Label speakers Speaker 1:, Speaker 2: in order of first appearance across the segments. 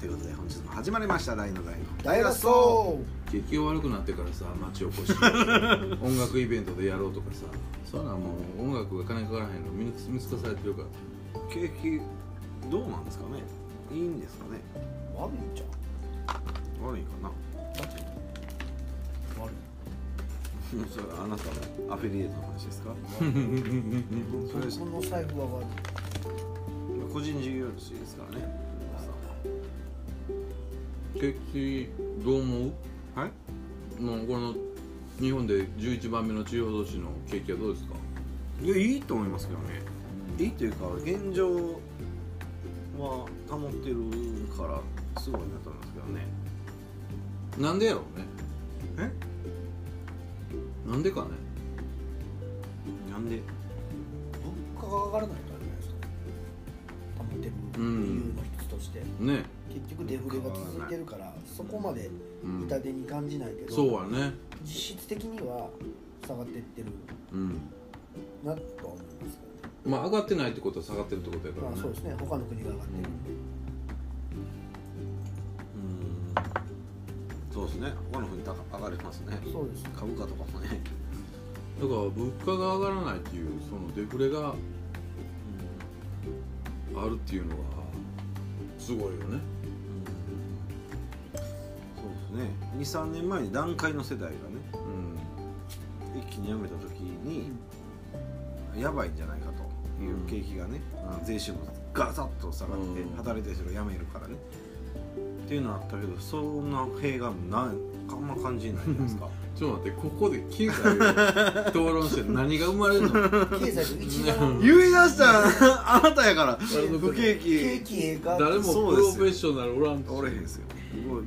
Speaker 1: ということで本日も始まりました「大の大の
Speaker 2: 大脱走
Speaker 3: 景気が悪くなってからさ町お こし音楽イベントでやろうとかさそんなんもう音楽が金かからへんの見抜見透かされてるから
Speaker 1: 景気どうなんですかねいいんですかね
Speaker 2: 悪いんちゃう
Speaker 1: 悪いかな
Speaker 2: だって悪い
Speaker 1: それあなたのアフィリエイトの話ですかそれ
Speaker 2: その財布は悪い
Speaker 1: 個人事業主ですからね
Speaker 3: 景気どう思
Speaker 1: はい、
Speaker 3: うもうこの日本で11番目の地方都市の景気はどうですか
Speaker 1: いやいいと思いますけどねいいというか現状は保ってるからすごいなと思いますけどね
Speaker 3: なんでやろうね
Speaker 1: え
Speaker 3: なんでかね
Speaker 1: なんで
Speaker 2: 物価が上がらないからじゃないですか保てる理由の一つとして、
Speaker 3: ね
Speaker 2: 結局デフレが続いてるからそこまで
Speaker 3: うん
Speaker 2: 痛手に感じないけど、
Speaker 3: そうはね
Speaker 2: 実質的には下がってってる
Speaker 3: うん
Speaker 2: なとは思いますけ
Speaker 3: まあ上がってないってことは下がってるってことやか
Speaker 2: どね、まあ
Speaker 3: ら
Speaker 2: そう
Speaker 3: ね
Speaker 2: ですね他の国が上がってる、
Speaker 1: うんそうですね他の国高上がりますね
Speaker 2: そうですね
Speaker 1: 株価とかもね
Speaker 3: だから物価が上がらないっていうそのデフレがあるっていうのがすごいよね
Speaker 1: そうですね23年前に団塊の世代がね
Speaker 3: うん
Speaker 1: 一気に辞めた時にやばいんじゃないかという景気がね、
Speaker 3: うん
Speaker 1: 税収もガサッと下がって
Speaker 3: うん
Speaker 1: 働いてる人が辞めるからね、っていうのはあったけどそんな弊害もないあんま感じないじゃないですか
Speaker 3: ちょっと待ってここで経済を討論して何が生まれるの
Speaker 2: 経済で一 番
Speaker 1: 言い出したらあなたやから不景
Speaker 2: 景
Speaker 1: 気
Speaker 2: 気ええか
Speaker 3: 誰も
Speaker 1: そう
Speaker 3: プ
Speaker 1: で
Speaker 3: ロ
Speaker 1: す
Speaker 3: フェッショナルおらんと
Speaker 1: おれへんですよ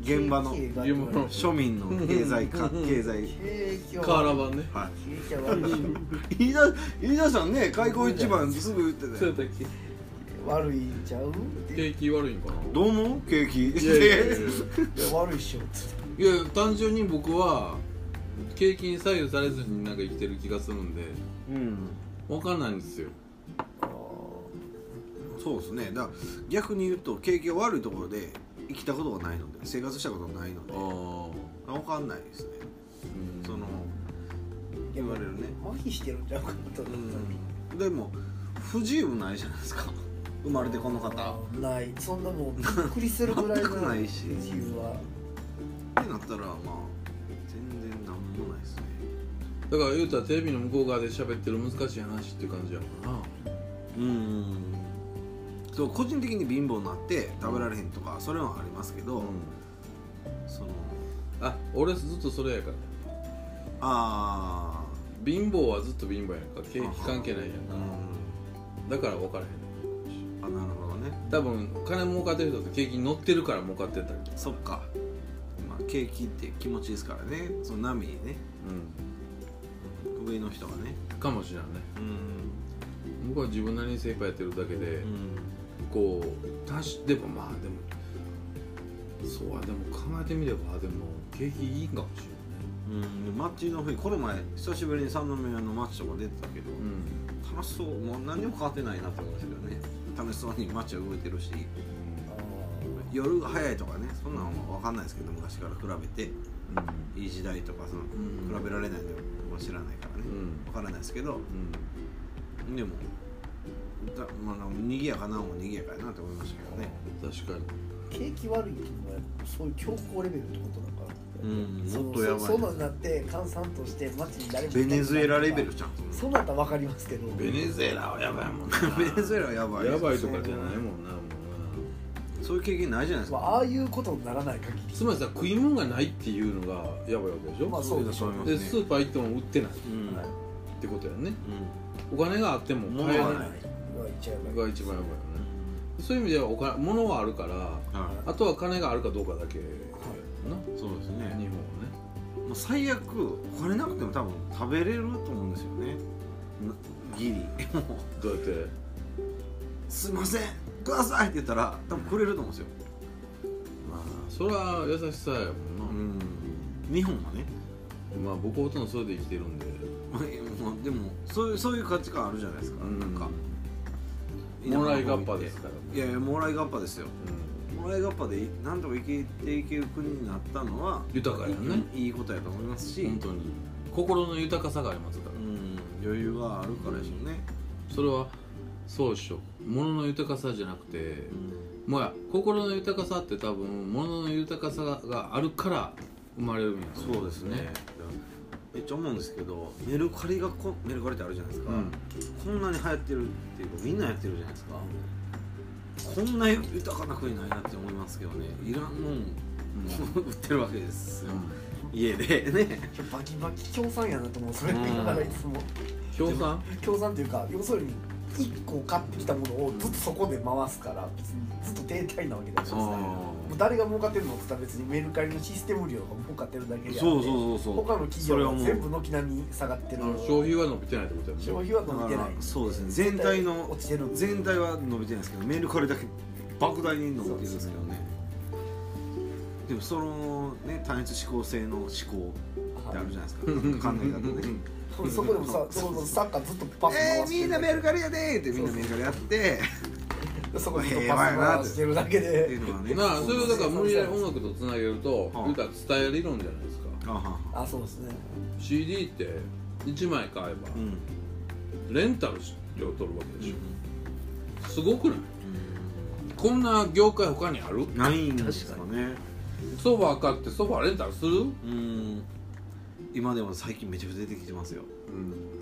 Speaker 1: 現場の
Speaker 2: 景気ええか
Speaker 3: 現場の
Speaker 1: 庶民の経済か経済
Speaker 2: 景気は
Speaker 3: カーラバンね
Speaker 1: はい
Speaker 2: 景気は悪いし
Speaker 1: 言い出言い出したらね開口一番すぐ言ってた
Speaker 3: そう
Speaker 1: よ
Speaker 3: やったっ
Speaker 2: 悪いんちゃうっ
Speaker 3: け
Speaker 2: て
Speaker 3: 景気悪いんかな
Speaker 1: どう思う景気
Speaker 3: いやいやいや
Speaker 2: いや悪いっしょって
Speaker 3: いやいや単純に僕は景気に左右されずになんか生きてる気がするんで
Speaker 1: うん
Speaker 3: 分かんないんですよ
Speaker 2: あ ー
Speaker 1: そうですねだから逆に言うと景気が悪いところで生きたことがないので生活したことがないので
Speaker 3: ああ
Speaker 1: 分かんないですねその言われるね
Speaker 2: 麻痺してるんちゃうかと思っ
Speaker 1: う
Speaker 2: た
Speaker 1: んでも不自由ないじゃないですか生まれてこの方っ
Speaker 2: ないそんなもうびっくりするぐらいの
Speaker 1: 全くないし
Speaker 2: 自由は
Speaker 1: てなったらまあ全然なんもないですね
Speaker 3: だから言うたらテレビの向こう側で喋ってる難しい話っていう感じやもんな
Speaker 1: うんそう個人的に貧乏になって食べられへんとかそれはありますけど、その
Speaker 3: あ俺ずっとそれやから
Speaker 1: あ
Speaker 3: 貧乏はずっと貧乏やんか景気関係ないやん
Speaker 1: あ
Speaker 3: か
Speaker 1: う
Speaker 3: だから分からへん
Speaker 1: んあなるほどね
Speaker 3: 多分金儲かってる人って景気に乗ってるから儲かってたり
Speaker 1: そっかまあ景気って気持ちですからねその波にね
Speaker 3: う
Speaker 1: 上の人がね
Speaker 3: んかもしれないね
Speaker 1: うん
Speaker 3: 僕は自分なりに精一杯やってるだけで、こう足しでもまあでもそうはでも考えてみればでも景気いいんかもし
Speaker 1: うん、で街の雰囲気この前久しぶりに三宮の街とか出てたけど
Speaker 3: れない、うん
Speaker 1: 楽しそうもう何にも変わってないなって思いましたけどね楽しそうに街は動いてるし夜が早いとかねそんなんは分かんないですけど昔から比べていい時代とかその
Speaker 3: ん
Speaker 1: 比べられないのは知らないからね、
Speaker 3: うん
Speaker 1: 分からないですけど
Speaker 3: うん
Speaker 1: でもだまあ賑やかなも賑やかやなって思いましたけどね
Speaker 3: 確かに
Speaker 2: 景気悪いっていうのはそういう強硬レベルってことだから
Speaker 1: うん
Speaker 2: そ
Speaker 1: も
Speaker 2: の
Speaker 1: っとや
Speaker 2: そそんな
Speaker 1: ば
Speaker 2: んなって閑散として街に誰も
Speaker 1: いベネズエラレベルじゃん
Speaker 2: そうなったら分かりますけど
Speaker 3: ベネズエラはやばいもんな
Speaker 1: ベネズエラはやばい
Speaker 3: やばいとかじゃないもんなもうな
Speaker 1: そういう経験ないじゃないです
Speaker 2: ま
Speaker 1: か、
Speaker 2: あああいうことにならない限り
Speaker 3: つまりさ食い物がないっていうのがやばいわけでしょ、
Speaker 2: まあそうでしょう
Speaker 1: そう
Speaker 3: で
Speaker 1: で
Speaker 3: ス
Speaker 1: すね
Speaker 3: ーパー行っても売ってないっ
Speaker 1: うん
Speaker 2: はい
Speaker 3: てことやねお金があっても買え
Speaker 1: 物
Speaker 3: な
Speaker 1: がないい
Speaker 2: まあ一応やばい
Speaker 3: が一番やばいよねそういう意味ではお金物はあるから
Speaker 1: うんは
Speaker 3: あとは金があるかどうかだけやない
Speaker 1: そうです
Speaker 3: 日
Speaker 1: ね
Speaker 3: 本は
Speaker 1: も
Speaker 3: ね
Speaker 1: う最悪お金なくても多分食べれると思うんですよねなギリ もう
Speaker 3: どうやって
Speaker 1: すいませんくださいって言ったら多分くれると思うんですよ
Speaker 3: まあそれは優しさやもんな、
Speaker 1: ん日本はね
Speaker 3: まあ僕はほとんどそれで生きてるんで
Speaker 1: まあえもうでもそういうそういう価値観あるじゃないですか、
Speaker 3: うん
Speaker 1: なんか
Speaker 3: もらいがっぱですから、
Speaker 1: いやいやもらいがっぱですよ
Speaker 3: う
Speaker 1: 村井合派でなんとか生きていける国になったのは
Speaker 3: 豊かやね
Speaker 1: いいいことやと思いますし、
Speaker 3: 本当に心の豊かさがありますか
Speaker 1: うん、余裕があるからでしょうね、
Speaker 3: らそれはそうでしょ物の豊かさじゃなくてもうや心の豊かさって多分物の豊かさがあるから生まれるんやと思
Speaker 1: そうですねめっちゃ思うんですけどメルカリがこメルカリってあるじゃないですか、
Speaker 3: うん
Speaker 1: こんなに流行ってるっていうかみんなやってるじゃないですかこんな豊かな国ないなって思いますけどねいらんもん
Speaker 3: う
Speaker 1: 売ってるわけですよ、
Speaker 3: う
Speaker 1: 家でね
Speaker 2: バキバキ共産やなと思うそれ見ながらいつも
Speaker 3: ん共産
Speaker 2: 共産というか要するに1個買ってきたものをずっとそこで回すから別にずっと停滞なわけだしも
Speaker 3: あ
Speaker 2: う誰が儲かってるのって言ったら別にメルカリのシステム料が儲かってるだけであって
Speaker 1: そうそうそうそう
Speaker 2: 他の企
Speaker 1: それ
Speaker 2: 業
Speaker 1: は
Speaker 2: は
Speaker 1: もう
Speaker 2: 全部軒並み下がって
Speaker 3: あ
Speaker 2: る
Speaker 3: の消費は伸びてないってことや
Speaker 2: 消
Speaker 3: もんね
Speaker 2: 費
Speaker 1: だ
Speaker 2: は伸
Speaker 1: か
Speaker 2: びて
Speaker 1: ら
Speaker 2: ない
Speaker 1: そうですね全体の
Speaker 2: 落ちてる
Speaker 1: 全体は伸びてないですけどメルカリだけ莫大に伸びてるんですけどねでもそのね単一指向性の思考ってあるじゃないですか、考え方ね
Speaker 2: 俺そこでもさそのサッカーずっとパス
Speaker 1: え
Speaker 2: 回
Speaker 1: ー、
Speaker 2: して
Speaker 1: みん
Speaker 2: る
Speaker 1: な
Speaker 2: だけ
Speaker 1: メルカリやでーってみんなメルカリやって
Speaker 2: そこでずっと
Speaker 1: 平
Speaker 2: パ
Speaker 1: 和や
Speaker 2: ス
Speaker 1: なって
Speaker 2: 回してるだけ
Speaker 1: ってい
Speaker 2: で
Speaker 1: うのは ね
Speaker 3: なあそれをだか
Speaker 2: そうそう
Speaker 3: ら
Speaker 2: そう
Speaker 3: 無理やり音楽とつなげると
Speaker 1: はあ
Speaker 3: 言うたら伝え理論じゃないですか
Speaker 1: あはは
Speaker 2: あそうですね
Speaker 3: CD って1枚買えば
Speaker 1: うん
Speaker 3: レンタル料取るわけでし
Speaker 1: う
Speaker 3: ょすごくないこんな業界他にある
Speaker 1: んないんですかね
Speaker 3: ソファー買ってソファーレンタルする
Speaker 1: うん今でも最近めちゃくちゃ出てきてますよ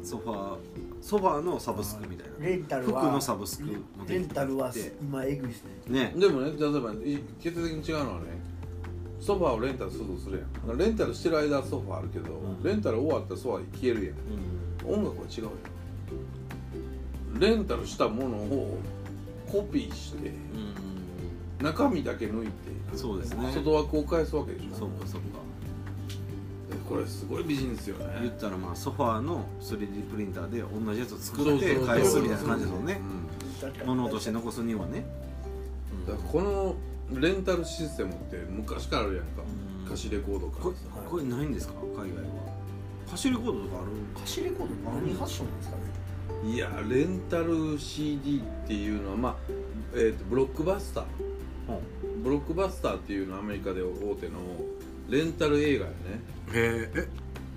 Speaker 1: ソファーソファーのサブスクみたいな
Speaker 2: レンタルは
Speaker 1: 服のサブスクもで
Speaker 2: レン
Speaker 1: きて
Speaker 2: タルは
Speaker 1: て
Speaker 2: 今えぐいですね
Speaker 1: ね
Speaker 3: でもね例えばい決定的に違うのはねソファーをレンタルするとするやんレンタルしてる間はソファーあるけど、
Speaker 1: うん
Speaker 3: レンタル終わったらソファー消えるやん音楽は違うやんレンタルしたものをコピーして
Speaker 1: うん
Speaker 3: 中身だけ抜いて
Speaker 1: そうですね
Speaker 3: 外枠を返すわけでしょ
Speaker 1: そうかそうか
Speaker 3: これすごいビジネスよ
Speaker 1: 言
Speaker 3: ね
Speaker 1: ったらまあソファーの 3D プリンターで同じやつを作って返すみたいな感じですもんね物として残すにはね
Speaker 3: うんだからこのレンタルシステムって昔からあるやんか
Speaker 1: うん
Speaker 3: 貸しレコードか
Speaker 1: こ
Speaker 3: らさ
Speaker 2: はい
Speaker 1: これないんですか海外は走りコードとかある
Speaker 2: 貸しレコード何発祥なんですかね
Speaker 3: いやレンタル CD っていうのはまあ、えー、とブロックバスターブロックバスターっていうのはアメリカで大手のレンタル映画やね
Speaker 1: へええ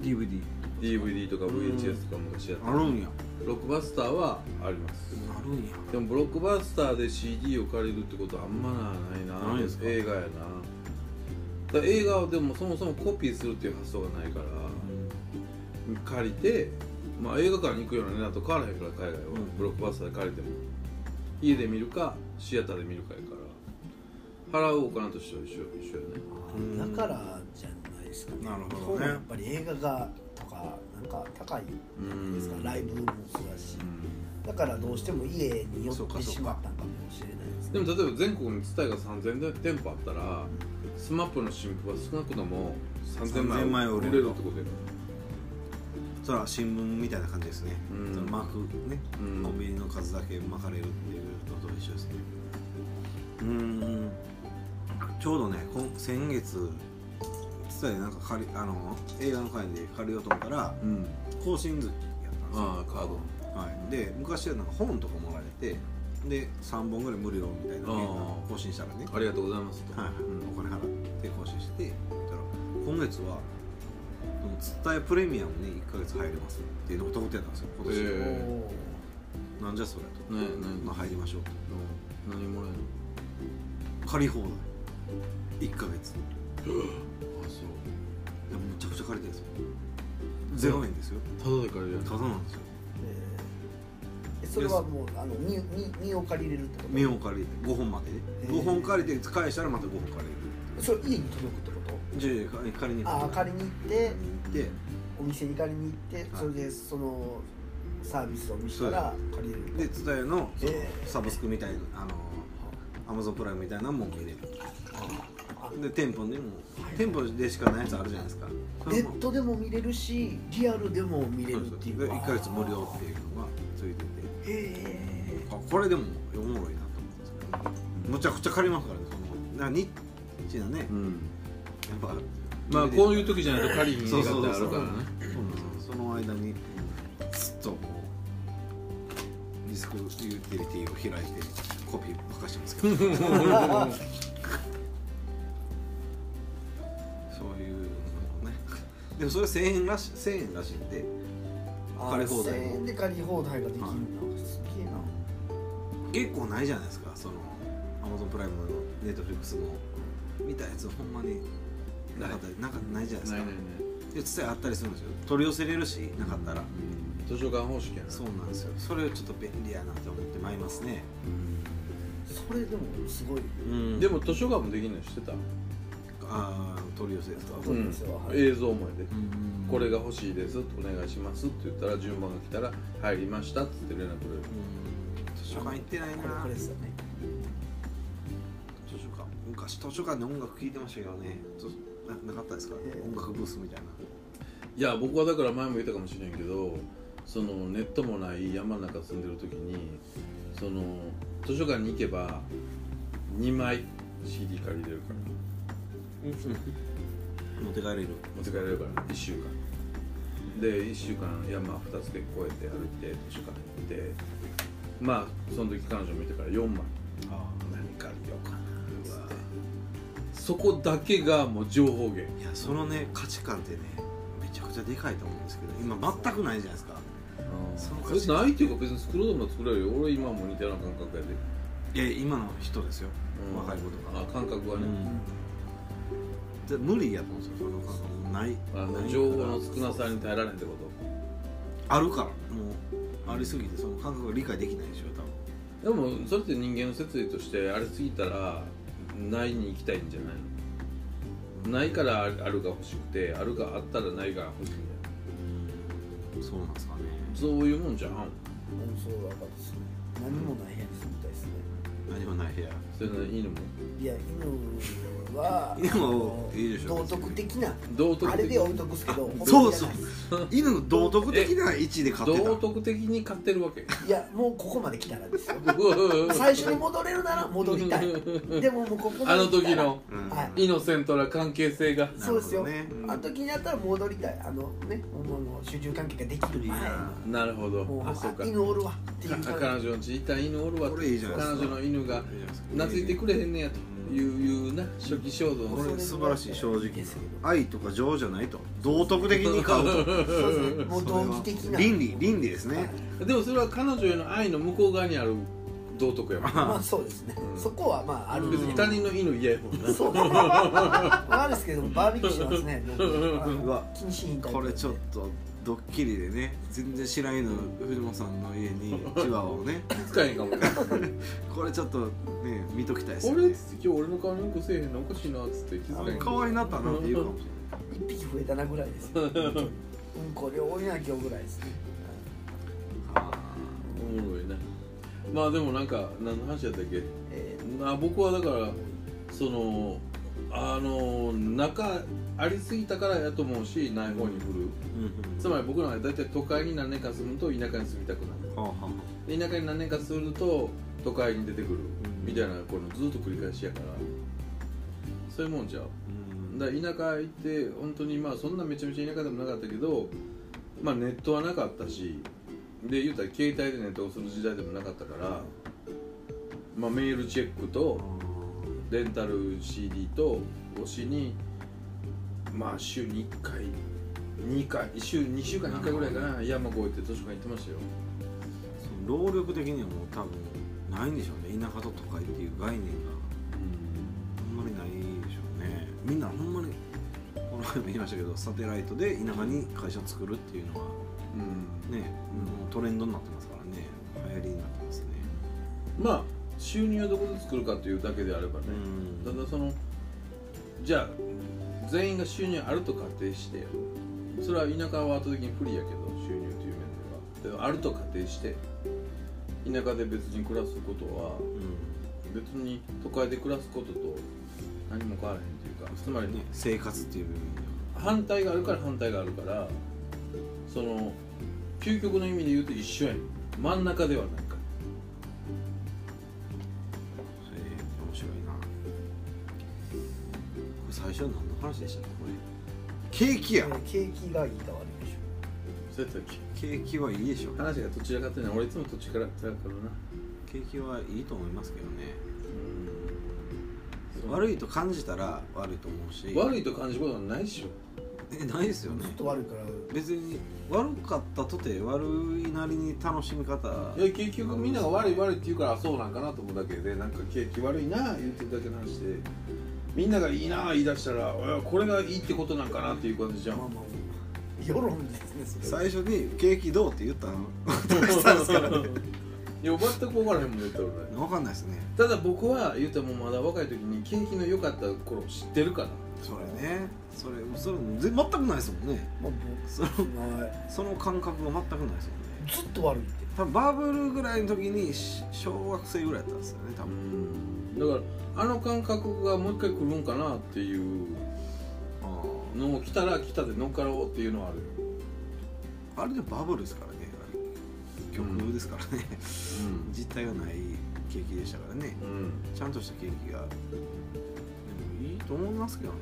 Speaker 1: DVD
Speaker 3: DVD とか VHS とか昔やった
Speaker 1: あるんや
Speaker 3: ブロックバスターはあります
Speaker 1: あるんや
Speaker 3: でもブロックバスターで CD を借りるってことはあんまないな
Speaker 1: ないですか
Speaker 3: 映画やなだから映画はでもそもそもコピーするっていう発想がないから、借りて、まあ、映画館に行くような値段と変わらへんから海外は、
Speaker 1: うん
Speaker 3: ブロックバスターで借りても家で見るかシアターで見るかやから払うお金としては一緒一緒やね
Speaker 1: うん
Speaker 2: だからじゃないですかね
Speaker 1: なるほどね
Speaker 2: 日本はやっぱり映画がとかなんか高い
Speaker 3: うん
Speaker 2: ですからライブもそうだし
Speaker 3: う
Speaker 2: だからどうしても家に寄
Speaker 1: そう
Speaker 2: っ
Speaker 1: か
Speaker 2: て
Speaker 1: そうか
Speaker 2: しまったのかもしれないですね
Speaker 3: んでも例えば全国に伝えが3000店舗あったら SMAP の新譜は少なくとも3000
Speaker 1: 3000
Speaker 3: 枚
Speaker 1: 枚
Speaker 3: 売
Speaker 1: 売
Speaker 3: れ
Speaker 1: れる
Speaker 3: るってことや
Speaker 1: それは新聞みたいな感じですね、
Speaker 3: うん
Speaker 1: その巻くね、
Speaker 3: うん
Speaker 1: コンビニの数だけ巻かれるっていうのと一緒ですねうんちょうどね今先月実はなんか借りあの映画の会で借りようと思ったら
Speaker 3: うん
Speaker 1: 更新月やったんですよ
Speaker 3: ああカード
Speaker 1: はい、で昔はなんか本とかもらえてで3本ぐらい無料みたいな
Speaker 3: あー
Speaker 1: ね更新したらね、
Speaker 3: ありがとうございますと、
Speaker 1: はい
Speaker 3: うん
Speaker 1: お金払って更新してそしたら今月はその伝えプレミアムに1ヶ月入れますっていうのが特典なんですよ今年、
Speaker 3: へえ
Speaker 2: おー
Speaker 1: なんじゃそれと、
Speaker 3: ね何
Speaker 1: まあ、入りましょう
Speaker 3: 何もらえるの
Speaker 1: と借り放題1ヶ月で
Speaker 3: あそう
Speaker 1: むちゃくちゃ借りてるんですよ0円ですよ
Speaker 3: ただで借りるや
Speaker 1: ただ
Speaker 3: ん
Speaker 1: なんですよ
Speaker 2: えーそれはもうあの身身身を借りれるってこと
Speaker 1: 身を借りて5本までね
Speaker 2: へー
Speaker 1: 5本借りて返したらまた5本借りる
Speaker 2: それ家に届くってこと
Speaker 1: じゃあいやいや借りに
Speaker 2: ああ
Speaker 1: 借
Speaker 2: 借りに行っ
Speaker 1: り
Speaker 2: て
Speaker 1: に行って
Speaker 2: お店に借りに行って
Speaker 1: はい
Speaker 2: それでそのサービスを見せたら借りれる
Speaker 1: で伝えのその
Speaker 2: えー
Speaker 1: サブスクみたいなあのアマゾンプライムみたいなのも見れる
Speaker 2: あ
Speaker 1: で店舗でも店舗でしかないやつあるじゃないですかそ
Speaker 2: ネ
Speaker 1: れも
Speaker 2: ットでも見れるしリアルでも見れ
Speaker 1: そう
Speaker 2: るっていう
Speaker 1: で1ヶ月無料っていうのがついてて
Speaker 2: へ え
Speaker 1: あこれでもおもろいなと思うんですけどねむちゃくちゃ借りますからねそのなニッチなねやっ
Speaker 3: うん
Speaker 1: ぱ
Speaker 3: まあこういう
Speaker 1: と
Speaker 3: 時じゃないと借りに
Speaker 1: そ
Speaker 3: 行
Speaker 1: う
Speaker 3: か
Speaker 1: そうそう
Speaker 3: ってあるからね
Speaker 1: その間にずっとも うディスクユーティリティを開いてコピーばっかしてますけど
Speaker 2: あ
Speaker 1: でもそれは1000円らし1000円らしいんで
Speaker 2: あ
Speaker 1: 借り放題
Speaker 2: 1000円で借り放題ができるんだ、
Speaker 1: は
Speaker 2: すげえな
Speaker 1: 結構ないじゃないですかそのアマゾンプライムのネットフリックスも見たやつほんまになかったなんかないじゃないです
Speaker 3: な
Speaker 1: か
Speaker 3: いないない
Speaker 1: で伝えあったりするんですよ取り寄せれるしなかったら、
Speaker 3: 図書館方式やな
Speaker 1: そうなんですよそれちょっと便利やなって思ってまいりますね、
Speaker 2: それでもすごい
Speaker 1: うん
Speaker 3: でも図書館もできんの知ってた
Speaker 1: ああ取り寄せですか、
Speaker 2: そうですよはい
Speaker 3: 映像もやでこれが欲しいですお願いしますって言ったら順番が来たら入りましたっつって連絡くれ
Speaker 1: う
Speaker 3: る
Speaker 1: ん図書館行ってないな
Speaker 2: これこれですよね
Speaker 1: 図書館昔図書館で音楽聴いてましたけどね図ななかったですか、
Speaker 2: えー
Speaker 1: 音楽ブースみたいない
Speaker 3: や僕はだから前も言ったかもしれんけどそのネットもない山の中住んでる時にその図書館に行けば2枚 CD 借りれるから
Speaker 1: 持って帰れる
Speaker 3: 持って帰れるから1週間で1週間山2つで越えて歩いて図書館行ってまあその時彼女見てから4枚
Speaker 1: あ
Speaker 3: 何借りようかなうわそこだけがもう情報源
Speaker 1: いやそのね価値観ってねめちゃくちゃでかいと思うんですけど今全くないじゃないですかそうか
Speaker 3: それないっていうか別に作ろうとも作れるよ俺今も似たような感覚やで、
Speaker 1: いや今の人ですよ、
Speaker 3: うん
Speaker 1: 若い子とか
Speaker 3: あ感覚はね、
Speaker 1: じゃ無理やと思うんですよその感覚もないない
Speaker 3: あ
Speaker 1: か
Speaker 3: の
Speaker 1: ら
Speaker 3: 情報の少なさに耐えられへんってこと
Speaker 1: あるからもうありすぎてその感覚が理解できないでしょ多分
Speaker 3: でもそれって人間の摂理としてあれすぎたらないに行きたいんじゃないのないからあるが欲しくてあるがあったらないが欲しいんだよ
Speaker 1: そうなんですかね
Speaker 3: そういうもんじゃん
Speaker 2: うんそうだからですね何もない部屋に住みたいですね
Speaker 1: 何もない部屋
Speaker 3: それの犬も
Speaker 2: いや犬は
Speaker 1: 犬
Speaker 2: あ
Speaker 1: も
Speaker 2: の
Speaker 1: いいでしょ
Speaker 2: 道徳的な
Speaker 3: 道徳的
Speaker 2: あれで置いとくっすけ ど
Speaker 1: あ
Speaker 2: 本当にいらない
Speaker 1: そう犬の道徳的な位置で飼ってた
Speaker 3: 道徳的に買ってるわけ
Speaker 2: いやもうここまで来たらですよ 最初に戻れるなら戻りたい でももうここま
Speaker 3: あ
Speaker 2: で来
Speaker 3: の
Speaker 2: た
Speaker 3: 時
Speaker 2: ら
Speaker 3: の
Speaker 1: うん
Speaker 2: はい
Speaker 3: イノセントな関係性が
Speaker 2: そうですよ、
Speaker 1: なるほどね
Speaker 2: あの時になったら戻りたいあのねもうもう主従関係ができる前
Speaker 3: なるほど
Speaker 2: もう
Speaker 3: あそう
Speaker 2: あ
Speaker 3: か
Speaker 2: 犬おるわってい う
Speaker 3: あ彼
Speaker 2: 感じ
Speaker 3: 女のちいた犬おるわ
Speaker 1: これいいじゃない
Speaker 3: 彼
Speaker 1: ですか
Speaker 3: 女の犬が懐いてくれへんねやといういうな初期衝動
Speaker 1: こ
Speaker 3: の
Speaker 1: れ素晴らしい正直
Speaker 2: ですけど
Speaker 1: 愛とか情じゃないと道徳的に飼う と
Speaker 2: そうですねもう道義的な
Speaker 1: 倫理倫理ですね
Speaker 3: でもそれは彼女への愛の向こう側にある道徳やもん
Speaker 2: まあそうですね、そこはまあある
Speaker 3: 別に他人の犬嫌やもんな
Speaker 2: そうですねあるんですけどバーベキューしますね僕あ
Speaker 1: うわ
Speaker 2: の禁止品
Speaker 1: これちょっとドッキリでね全然知らんの藤本さんの家にチワワを ね
Speaker 3: 使えへんかもね
Speaker 1: これちょょっとね見ときたいですよ
Speaker 3: 俺っ
Speaker 1: ね
Speaker 3: つって今日俺の顔によくせえへんのおかしいなっつって気づ
Speaker 1: あ
Speaker 3: かへ
Speaker 1: れ
Speaker 3: ん
Speaker 1: 可愛いなったなって言うかもし
Speaker 2: 一匹増えたなぐらいですよ本当にうんこ量多いな今日ぐらいですね
Speaker 1: れない
Speaker 3: おもろいなまあでもなんか何の話やったっけ
Speaker 2: え
Speaker 3: まあ僕はだからそのあの中ありすぎたからやと思うしない方に振るつまり僕らは大体都会に何年か住むと田舎に住みたくなる
Speaker 1: はあはあ
Speaker 3: で田舎に何年かすると都会に出てくるみたいなこのずっと繰り返しやからそういうもんじゃう
Speaker 1: うん
Speaker 3: だから田舎行って本当にまあそんなめちゃめちゃ田舎でもなかったけどまあネットはなかったしで言うたら携帯でネットをする時代でもなかったからまあメールチェックとレンタル CD と推しにまあ週に1回2回週2週間に1回ぐらいかな山越えて図書館行ってましたよ
Speaker 1: その労力的にはもう多分ないんでしょうね田舎と都会っていう概念があんまりないでしょうねみんなほんまにこの前も言いましたけどサテライトで田舎に会社を作るっていうのは
Speaker 3: うん
Speaker 1: ね、もうトレンドになってますからね流行りになってますね
Speaker 3: まあ収入をどこで作るかというだけであればね、
Speaker 1: うん
Speaker 3: ただそのじゃあ全員が収入あると仮定してそれは田舎は圧倒的に不利やけど収入という面ではであると仮定して田舎で別に暮らすことは
Speaker 1: うん
Speaker 3: 別に都会で暮らすことと何も変わらへんというかつまり
Speaker 1: ね生活っていう部分では
Speaker 3: 反対があるから反対があるからその究極の意味で言うと一緒やん真ん中ではないから
Speaker 1: それ面白いなこれ最初は何の話でしたっけこれケーキや
Speaker 2: ー景気がいいか悪いでし
Speaker 3: そうやったっけ
Speaker 1: ケーキはいいでしょ
Speaker 3: 話がどちらかというのは俺いつもどっちからだからな
Speaker 1: ケーキはいいと思いますけどね
Speaker 3: うん
Speaker 1: 悪いと感じたら悪いと思うし
Speaker 3: 悪いと感じることはないでしょ
Speaker 1: えないですよね
Speaker 2: ずっと悪いから
Speaker 1: 別に悪かったとて悪いなりに楽しみ方
Speaker 3: いや結局みんなが悪い悪いって言うからあそうなんかなと思うだけでなんか景気悪いなあ言ってるだけの話でみんながいいなあ言い出したらいやこれがいいってことなんかなっていう感じじゃん
Speaker 2: まあまあ世論ですねそれ
Speaker 1: 最初に「景気どう?」って言ったの
Speaker 3: いや全く分からへんもんねって俺
Speaker 1: 分かんないですね
Speaker 3: ただ僕は言うてもまだ若い時に景気の良かった頃知ってるから
Speaker 1: それねそれそれぜ全くないですもんね
Speaker 2: まあ
Speaker 1: その
Speaker 2: 僕は
Speaker 1: その感覚が全くないですもんね
Speaker 2: ずっと悪いって
Speaker 1: 多分バブルぐらいの時にし小学生ぐらいだったんですよね多分
Speaker 3: だからあの感覚がもう一回来るんかなっていうのも来たら来たで乗っかろうっていうのはあるよ、
Speaker 1: あれでバブルですからねあれ曲ですからね、 実態がない景気でしたからね
Speaker 3: うんうん
Speaker 1: ちゃんとした景気がでもいいと思いますけどね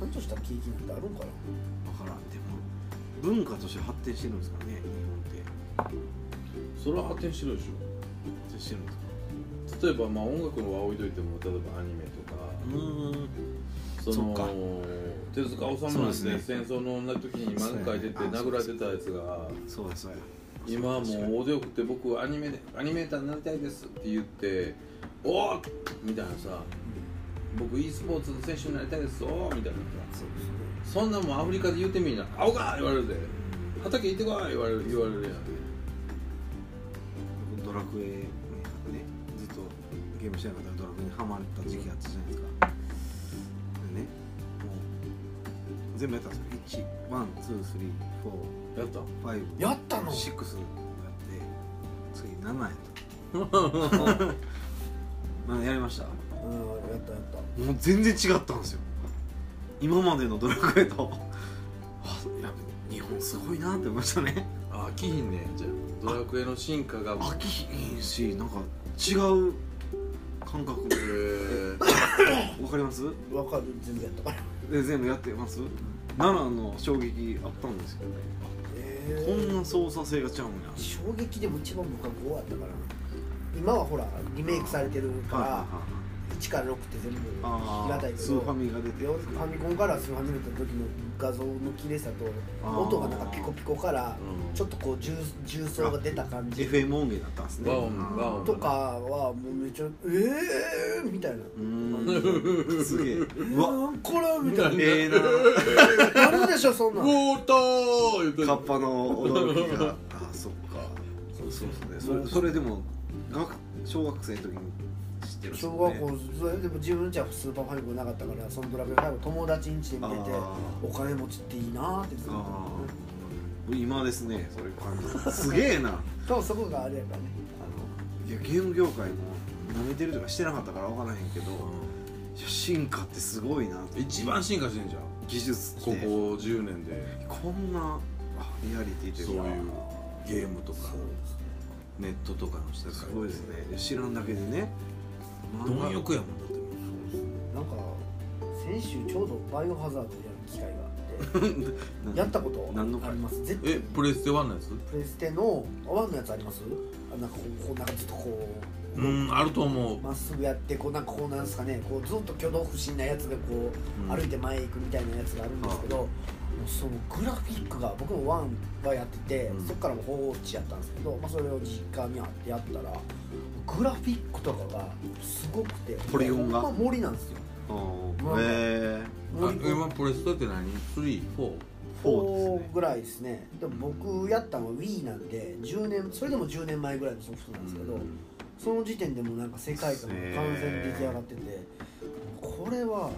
Speaker 2: ちゃんとした景気なんてあるんかな
Speaker 1: だからんでも文化として発展してるんですかね日本って
Speaker 3: それは発展してるでし
Speaker 1: 発展してるんですか
Speaker 3: ょ例えばまあ音楽は置いといても例えばアニメとか、
Speaker 1: うん
Speaker 3: そ
Speaker 1: そっ
Speaker 3: の
Speaker 1: か
Speaker 3: 手塚治虫なんて、
Speaker 1: そうです
Speaker 3: 戦争の女の時に漫画描いてて
Speaker 1: そうやねあ
Speaker 3: 殴られてたやつが
Speaker 1: そうやそうや
Speaker 3: 今はも
Speaker 1: そうや
Speaker 3: う大手を振って僕アニメでアニメーターになりたいですって言っておおみたいなさ僕 e スポーツの選手になりたいですおーみたいな
Speaker 1: そう
Speaker 3: そんなんもんアフリカで言ってみんな「青が!」言われるで「畑行ってこい!」言われる言われるやん
Speaker 1: 僕ドラクエねねずっとゲームしてなかったらドラクエにハマった時期あったじゃないですかでねもう全部やったんですよ1 1 2 3 4
Speaker 3: やった
Speaker 1: 5
Speaker 2: やった
Speaker 1: 6
Speaker 2: の
Speaker 1: やって次7やった まあやりましたも
Speaker 2: うんやったやった
Speaker 1: う全然違ったんですよ今までのドラクエと あやっぱ日本すごいなって思いました ね
Speaker 3: あ飽きひんねんじゃあドラクエの進化が
Speaker 1: 飽きひんしなんか違う感覚
Speaker 3: へー
Speaker 1: わかります
Speaker 2: わかる全部やったから
Speaker 1: で全部やってます奈良の衝撃あったんですけどね
Speaker 2: え
Speaker 1: こんな操作性がちゃうんや
Speaker 2: 衝撃でも一番僕は5やったから今はほらリメイクされてるか
Speaker 1: はいはい
Speaker 2: ら
Speaker 1: はい
Speaker 2: 1から6って全部平
Speaker 1: あ
Speaker 2: たい
Speaker 1: あ
Speaker 2: け
Speaker 1: スー
Speaker 2: ど
Speaker 1: ファ
Speaker 2: フ
Speaker 1: ミが出て
Speaker 2: ァミコンからスーファミ出た時の画像の綺麗さ
Speaker 1: あ
Speaker 2: と
Speaker 1: ー
Speaker 2: 音がなんかピコピコから
Speaker 3: うん
Speaker 2: ちょっとこう重重層が出た感じ
Speaker 1: FM 音源だったんですね
Speaker 3: 和音和音
Speaker 2: とかはもうめっちゃ「ええー!」みたいな
Speaker 1: うーんすげえ
Speaker 2: 「
Speaker 1: う
Speaker 2: う
Speaker 1: わ
Speaker 2: わこれ!」みたい
Speaker 1: ええな
Speaker 2: なあるでしょそん
Speaker 3: ゴ
Speaker 2: なん
Speaker 3: ーター言って
Speaker 1: カッパの驚きがあそっかそうそうそうねそれそれでも学小学生の時に知ってるんですよ
Speaker 2: 小
Speaker 1: ね
Speaker 2: 学校それでも自分じゃスーパーファミコンなかったからそのドラベルファイブ友達ん家で見てて
Speaker 1: あ
Speaker 2: お金持ちっていいなーってずっと思
Speaker 1: あ
Speaker 2: ってね
Speaker 1: ー今ですねそれ感じすげえな
Speaker 2: 多分そこがあれやからね
Speaker 1: あのいやゲーム業界も舐めてるとかしてなかったから分からへんけど、いや進化ってすごいなって
Speaker 3: 一番進化してんじゃん
Speaker 1: 技術って
Speaker 3: ここ10年で
Speaker 1: こんなあリアリティと
Speaker 3: そう
Speaker 1: い
Speaker 3: いう
Speaker 1: か
Speaker 3: うゲームとかネットとかの世界
Speaker 1: すごいですね知らんだけでね
Speaker 3: 貪欲やもんだって
Speaker 2: なんか先週ちょうどバイオハザードやる機会があっ
Speaker 1: な
Speaker 2: てやったこと
Speaker 1: 何の回
Speaker 2: あります絶対
Speaker 3: えプレステ1のやつ
Speaker 2: プレステのワンのやつありますあなんかこうこうなんかちょっとこう
Speaker 3: うんあると思う
Speaker 2: まっすぐやってこうなんかこうなんですかねこうずっと挙動不審なやつがこう、
Speaker 3: うん
Speaker 2: 歩いて前へ行くみたいなやつがあるんですけど、もうそのグラフィックが僕もワンはやってて、
Speaker 3: うん
Speaker 2: そっからもう放置やったんですけど、まあ、それを実家にあってやったらグラフィックとかがすごくて
Speaker 1: ポリゴンが
Speaker 2: ほんま森なんですよ
Speaker 1: あ
Speaker 2: まあ
Speaker 1: ーへえ
Speaker 3: あ
Speaker 2: 森
Speaker 3: 今プレステって何 ?34
Speaker 1: 4ですね
Speaker 2: ぐらいですねでも僕やったのは Wii なんで10年それでも10年前ぐらいのソフトなんですけど、その時点でもうなんか世界観が完全に出来上がってて、これは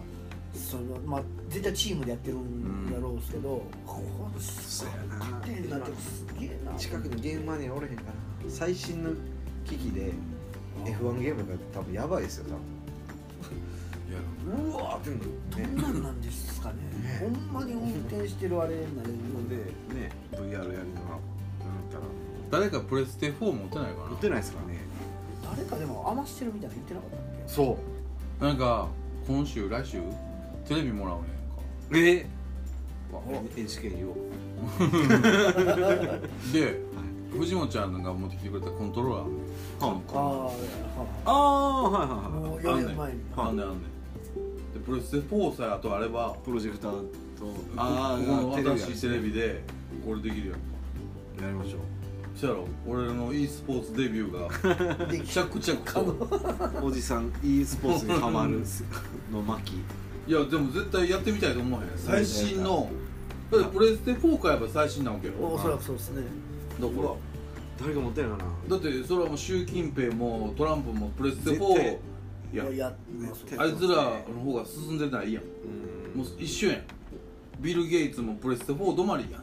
Speaker 2: そのまあ絶対チームでやってるんやろうっすけど、これすごい
Speaker 1: そうやな
Speaker 2: 勝てんなってすげえな
Speaker 1: 近くにゲームマネーおれへんから最新の機器で
Speaker 2: あ
Speaker 1: F1 ゲームが多分やばいですよ多分
Speaker 3: いや
Speaker 1: うわーって
Speaker 2: どんなんなんですかね
Speaker 1: ね
Speaker 2: ほんまに運転してるあれになれるん
Speaker 1: で
Speaker 2: で
Speaker 1: ね VR やりながらなんたら
Speaker 3: 誰かプレステ4持ってないか
Speaker 1: 売ってないですからね
Speaker 2: 誰かでも余してるみたいなの言ってなかったっけ
Speaker 1: そ
Speaker 3: ななんか今週来週テレビもらうねん
Speaker 1: う
Speaker 3: か
Speaker 1: えっ NHK に言おう
Speaker 3: で藤本ちゃんが持ってきてくれたコントローラー
Speaker 2: ああは
Speaker 1: ああはいはい
Speaker 2: い
Speaker 1: は
Speaker 2: もう
Speaker 3: あ
Speaker 2: 4
Speaker 3: んね
Speaker 2: 年前に
Speaker 3: んあんねんあんねんでプレステ4さえあとあれば
Speaker 1: いプロジェクター
Speaker 3: と
Speaker 1: あー
Speaker 3: ここ
Speaker 1: テレ
Speaker 3: の
Speaker 1: ビや
Speaker 3: 新しいテレビでこれできるやん
Speaker 1: やりましょ
Speaker 3: そやろ俺の e スポーツデビュー が
Speaker 2: で
Speaker 3: 着々と
Speaker 1: うおじさん e スポーツにハ マるの巻
Speaker 3: いやでも絶対やってみたいと思わへん最新のだってプレステ4買えば最新なわけよ
Speaker 2: おそらくそうですね
Speaker 3: だ
Speaker 1: うわ
Speaker 3: か
Speaker 1: 誰が持ってるかな
Speaker 3: らだってそれはもう習近平もトランプもプレステ
Speaker 1: 絶対
Speaker 3: 4いや
Speaker 2: いやまあそう
Speaker 1: 絶対
Speaker 3: あいつらの方が進んでないやん
Speaker 1: うん
Speaker 3: もう一緒やんビル・ゲイツもプレステ4止まりや
Speaker 1: う
Speaker 3: ん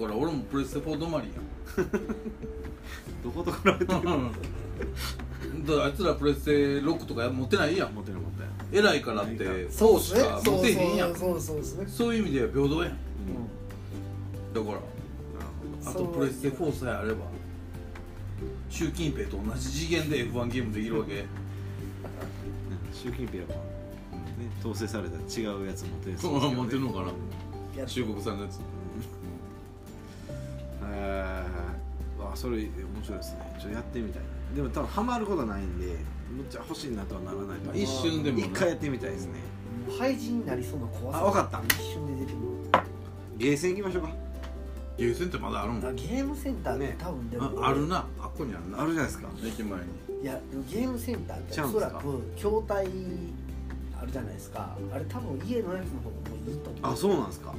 Speaker 3: だから俺もプレステ4止まりやん
Speaker 1: んどこと比べて
Speaker 3: だ
Speaker 1: る
Speaker 3: からあいつらプレステ6とか持ってないやん
Speaker 1: 持ってる持ってる
Speaker 3: 偉いからって
Speaker 1: ないか
Speaker 3: 4しか
Speaker 2: そ
Speaker 3: 持
Speaker 2: う
Speaker 3: てへんやん
Speaker 2: そうそうですね
Speaker 3: そういう意味では平等や
Speaker 1: うん
Speaker 3: んだから
Speaker 1: なる
Speaker 3: あとプレステ4さえあれば習近平と同じ次元で F1 ゲームできるわけ
Speaker 1: ほど習近平はね統制された違うやつ持ってる
Speaker 3: そう持ってるのかな
Speaker 2: やっ
Speaker 3: 中国産のやつ
Speaker 1: えー、わあそれ面白いですねちょっとやってみたいでも多分ハマることないんでむっちゃ欲しいなとはならないと思う
Speaker 3: 一瞬でもね
Speaker 1: 一回やってみたいですね
Speaker 2: 廃人になりそうな怖さ
Speaker 1: あわかった
Speaker 2: 一瞬で出てく
Speaker 1: ゲーセン行きましょうか
Speaker 3: ゲーセンってまだあるん
Speaker 2: るあゲームセンターって
Speaker 1: ね
Speaker 2: 多分でも、
Speaker 3: ああるなあっこにあるな
Speaker 1: あるじゃないですか
Speaker 3: 駅前に
Speaker 2: いやでもゲームセンターって
Speaker 1: ちゃう
Speaker 2: お
Speaker 1: んで
Speaker 2: そ
Speaker 1: す
Speaker 2: ら
Speaker 1: か
Speaker 2: く筐体あるじゃないですかあれ多分家のやつの方がもういいと思
Speaker 1: あ
Speaker 2: う
Speaker 1: そうなんですか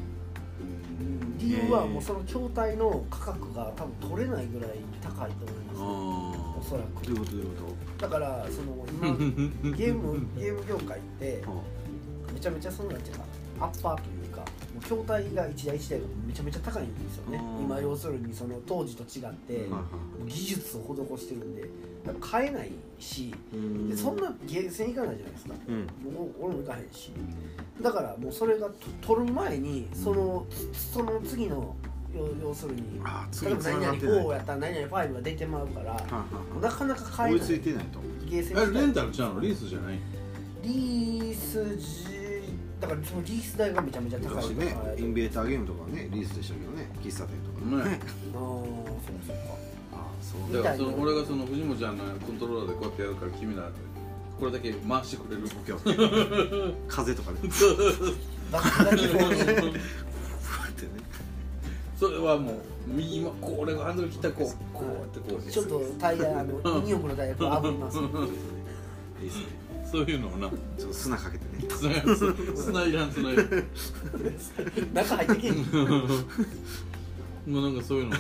Speaker 2: 理由はもうその筐体の価格が多分取れないぐらい高いと思います、
Speaker 1: あ
Speaker 2: おそら
Speaker 1: あどういう
Speaker 2: く
Speaker 1: ことどういうこ
Speaker 2: だからその 今ゲームゲーム業界って
Speaker 1: と、は
Speaker 2: めちゃめちゃそのなんていうかアッパーというかもう筐体が一台一台がめちゃめちゃ高いんですよね
Speaker 1: うん
Speaker 2: 今要するにその当時と違って、
Speaker 1: いはいは
Speaker 2: 技術を施してるんでやっぱ買えないし
Speaker 1: い
Speaker 2: でそんなゲーセン行かないじゃないですか
Speaker 1: うん
Speaker 2: もう俺も行かへんしだからもうそれがと取る前にそのつその次の要要するに
Speaker 1: ああ次
Speaker 2: 例え
Speaker 1: に
Speaker 2: ば
Speaker 1: つなが
Speaker 2: 何
Speaker 1: って
Speaker 2: 々
Speaker 1: ない
Speaker 2: 4やったら何々5が出てまうから
Speaker 1: は
Speaker 2: なかなか
Speaker 1: いはい追い
Speaker 2: 買えない
Speaker 1: ついてないと
Speaker 2: ゲーセン
Speaker 3: え
Speaker 2: 自体
Speaker 3: レンタルちゃうのリースじゃない
Speaker 2: リースじだからそのリース代がめちゃめちゃ高い
Speaker 1: 昔
Speaker 2: から
Speaker 1: ねインベーターゲームとかねリースでしたけどね喫茶店とか
Speaker 3: ね
Speaker 2: あーそうかそうか
Speaker 1: ああそう
Speaker 3: だ
Speaker 1: だ
Speaker 3: からその俺がその藤本ちゃんのコントローラーでこうやってやるから君らこれだけ回してくれるボケを
Speaker 1: 風とかね
Speaker 2: バックだけ
Speaker 1: ふわってね
Speaker 3: それはもう右今こう俺がハンドル切ったらこ うこうやってこう
Speaker 2: ちょっとタイヤあのニオクのタイヤこう炙ります
Speaker 1: いいですね
Speaker 3: そういうのをな
Speaker 1: ちょっと砂かけてね
Speaker 3: つながるつないらんつないらん
Speaker 2: 中入ってけん
Speaker 3: もうなんかそういうのね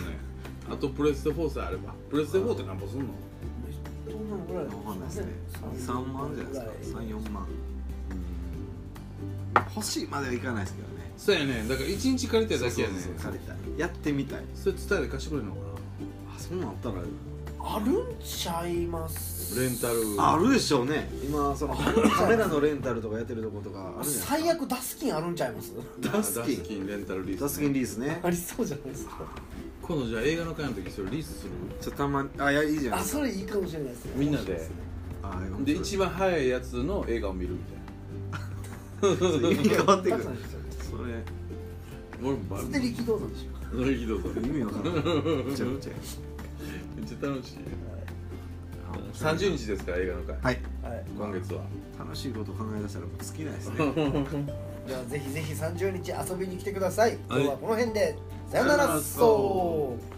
Speaker 3: あとプレステ4さえあればプレステ4って何ぼすんの
Speaker 2: どんなんぐらい
Speaker 1: わかんないですね3万じゃないですか34万欲しいまではいかないですけどね
Speaker 3: そうやねだから1日借りたいだけやね
Speaker 1: そうそうそう借りたいやってみたい
Speaker 3: それ伝えで貸してくれんのか
Speaker 1: あそうなったら
Speaker 2: あるんちゃいます
Speaker 3: なレンタル
Speaker 1: あるでしょうね今そのカメラのレンタルとかやってるとことかあるじゃない
Speaker 2: 最悪ダスキンあるんちゃいます
Speaker 1: ダスキン
Speaker 3: ダスキンレンタルリース
Speaker 1: ダスキンリースね
Speaker 2: ありそうじゃないですか
Speaker 3: 今度じゃあ映画の会の時それリースする
Speaker 1: ちょっとたまにあいやいいじゃない
Speaker 2: あ
Speaker 1: ですか
Speaker 2: それいいかもしれないですね
Speaker 3: みんなで
Speaker 2: 面白いすね
Speaker 1: あいや
Speaker 3: で一番早いやつの映画を見るみたいな
Speaker 1: 意味 変わってくる
Speaker 2: ダスキンさんですよ
Speaker 1: それ
Speaker 3: 俺もバ
Speaker 2: そ
Speaker 3: ル
Speaker 2: れで力道山でしょ うか
Speaker 3: それひどいぞ
Speaker 1: 意味わかんないめちゃくちゃ
Speaker 3: めっちゃ楽しい
Speaker 1: あ面白い
Speaker 3: 30日ですから映画の会
Speaker 1: はい
Speaker 2: はい
Speaker 3: 今月 は
Speaker 1: 楽しいこと考え出したらもう尽きないですね
Speaker 2: じゃあぜひぜひ30日遊びに来てください今日はこの辺でさよな
Speaker 3: さよな
Speaker 2: ら
Speaker 3: ら
Speaker 2: そう